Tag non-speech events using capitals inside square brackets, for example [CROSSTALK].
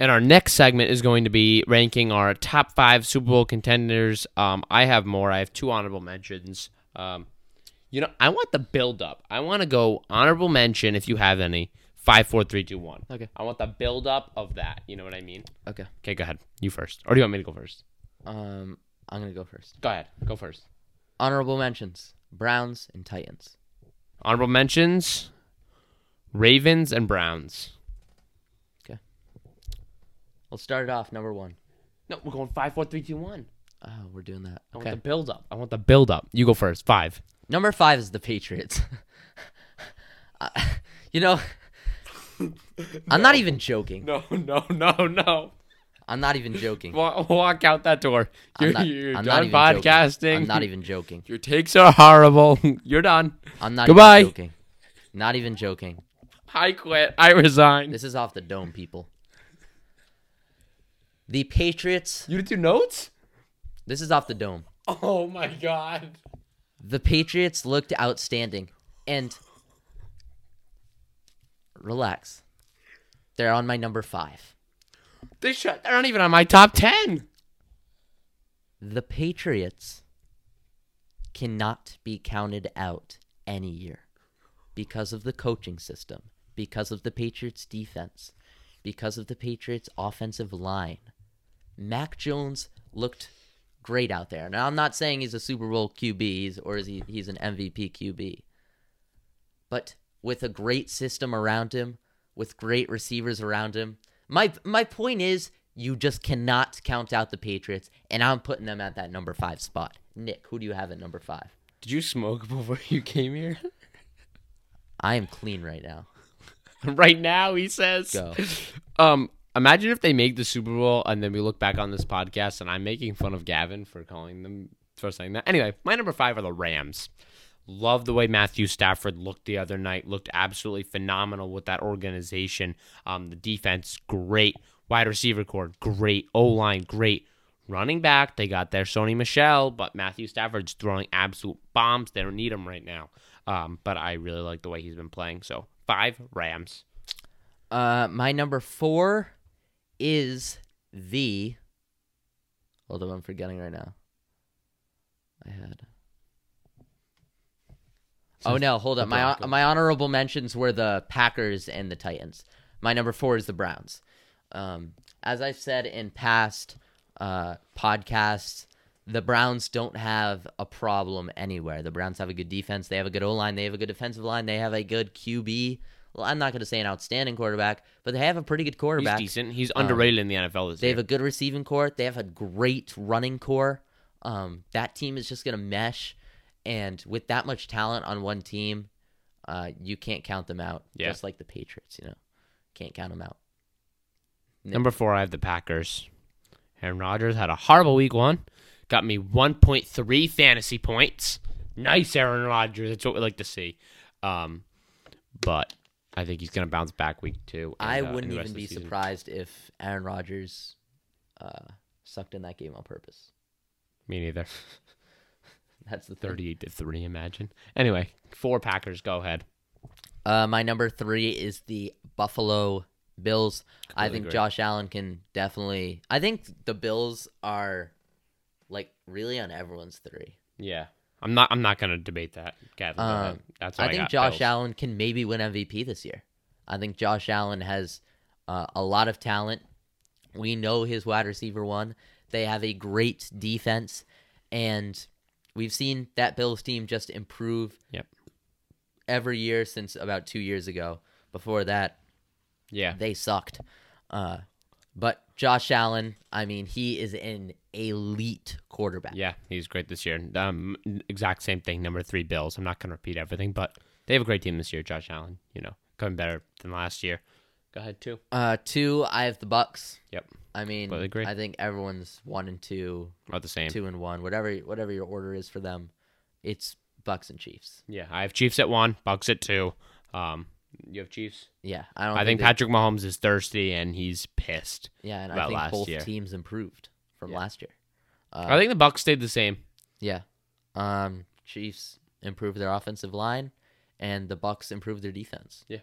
and our next segment is going to be ranking our top five Super Bowl contenders. Um, I have more. I have two honorable mentions. Um, you know, I want the build up. I want to go honorable mention if you have any. Five, four, three, two, one. Okay. I want the build up of that. You know what I mean? Okay. Okay, go ahead. You first, or do you want me to go first? Um, I'm gonna go first. Go ahead. Go first. Honorable mentions: Browns and Titans. Honorable mentions: Ravens and Browns. Let's start it off. Number one. No, we're going five, four, three, two, one. Oh, we're doing that. I Okay. want the build up. I want the build up. You go first. Five. Number five is the Patriots. [LAUGHS] I- you know, I'm not even joking. No, [LAUGHS] no, no, no. I'm not even joking. Walk, [LAUGHS] walk out that door. You're, I'm not, you're I'm not done even joking. podcasting. I'm not e- even joking. [LAUGHS] Your takes are horrible. [LAUGHS] You're done. I'm not Goodbye. even joking. Not even joking. I quit. I resign. This is off the dome, people. The Patriots. You did two notes? This is off the dome. Oh my god. The Patriots looked outstanding. And relax. They're on my number five. They shut. They're not even on my top ten. The Patriots cannot be counted out any year because of the coaching system, because of the Patriots' defense, because of the Patriots' offensive line. Mac Jones looked great out there. Now, I'm not saying he's a Super Bowl QB he's- or is he, he's an MVP QB, but with a great system around him, with great receivers around him. My my point is, you just cannot count out the Patriots, and I'm putting them at that number five spot. Nick, who do you have at number five? Did you [LAUGHS] smoke before you came here? I am clean right now. right now, he says. [LAUGHS] Go. Um, imagine if they make the Super Bowl and then we look back on this podcast and I'm making fun of Gavin for calling them for saying that. Anyway, my number five are the Rams. Love the way Matthew Stafford looked the other night. Looked absolutely phenomenal with that organization. Um, the defense, great. Wide receiver core, great. O line, great. Running back, they got their Sony Michelle, but Matthew Stafford's throwing absolute bombs. They don't need him right now. Um, but I really like the way he's been playing. So five Rams. Uh, my number four is the. Hold on, I'm forgetting right now. I had. Oh no! Hold up. My Bronco. my honorable mentions were the Packers and the Titans. My number four is the Browns. Um, as I've said in past uh, podcasts, the Browns don't have a problem anywhere. The Browns have a good defense. They have a good O line. They have a good defensive line. They have a good QB. Well, I'm not going to say an outstanding quarterback, but they have a pretty good He's quarterback. decent. He's underrated in the NFL this They year. have a good receiving core. They have a great running core. Um, that team is just going to mesh, and with that much talent on one team, uh, you can't count them out. Yeah. Just like the Patriots, you know, can't count them out. Number four, I have the Packers. Aaron Rodgers had a horrible week one. Got me 1.3 fantasy points. Nice, Aaron Rodgers. That's what we like to see. Um, but I think he's going to bounce back week two. and, I uh, and wouldn't the rest even of the be season. surprised if Aaron Rodgers uh, sucked in that game on purpose. Me neither. [LAUGHS] That's the third. 38 to 3, imagine. Anyway, four Packers. Go ahead. Uh, my number three is the Buffalo Bills. I Completely think agree. Josh Allen can definitely. I think the Bills are like really on everyone's three. Yeah. I'm not I'm not going to debate that, Gavin. Um, That's what I I think got, Josh Bills. Allen can maybe win MVP this year. I think Josh Allen has uh, a lot of talent. We know his wide receiver one. They have a great defense, and we've seen that Bills team just improve Yep. every year since about two years ago. Before that, Yeah. they sucked. Uh, but Josh Allen, I mean, he is an elite quarterback. Yeah, he's great this year. Um, exact same thing. Number three, Bills. I'm not going to repeat everything, but they have a great team this year. Josh Allen, you know, coming better than last year. Go ahead, two. Uh, two, I have the Bucks. Yep, I mean, Completely agree. I think everyone's one and two, about the same. two and one, whatever whatever your order is for them. It's Bucks and Chiefs. Yeah, I have Chiefs at one, Bucks at two. Um, you have Chiefs. Yeah, I don't. I, think they- Patrick Mahomes is thirsty and he's pissed. yeah, and I about think last both year. teams improved from last year. Uh, I think the Bucks stayed the same. yeah, um, Chiefs improved their offensive line, and the Bucks improved their defense. Yeah,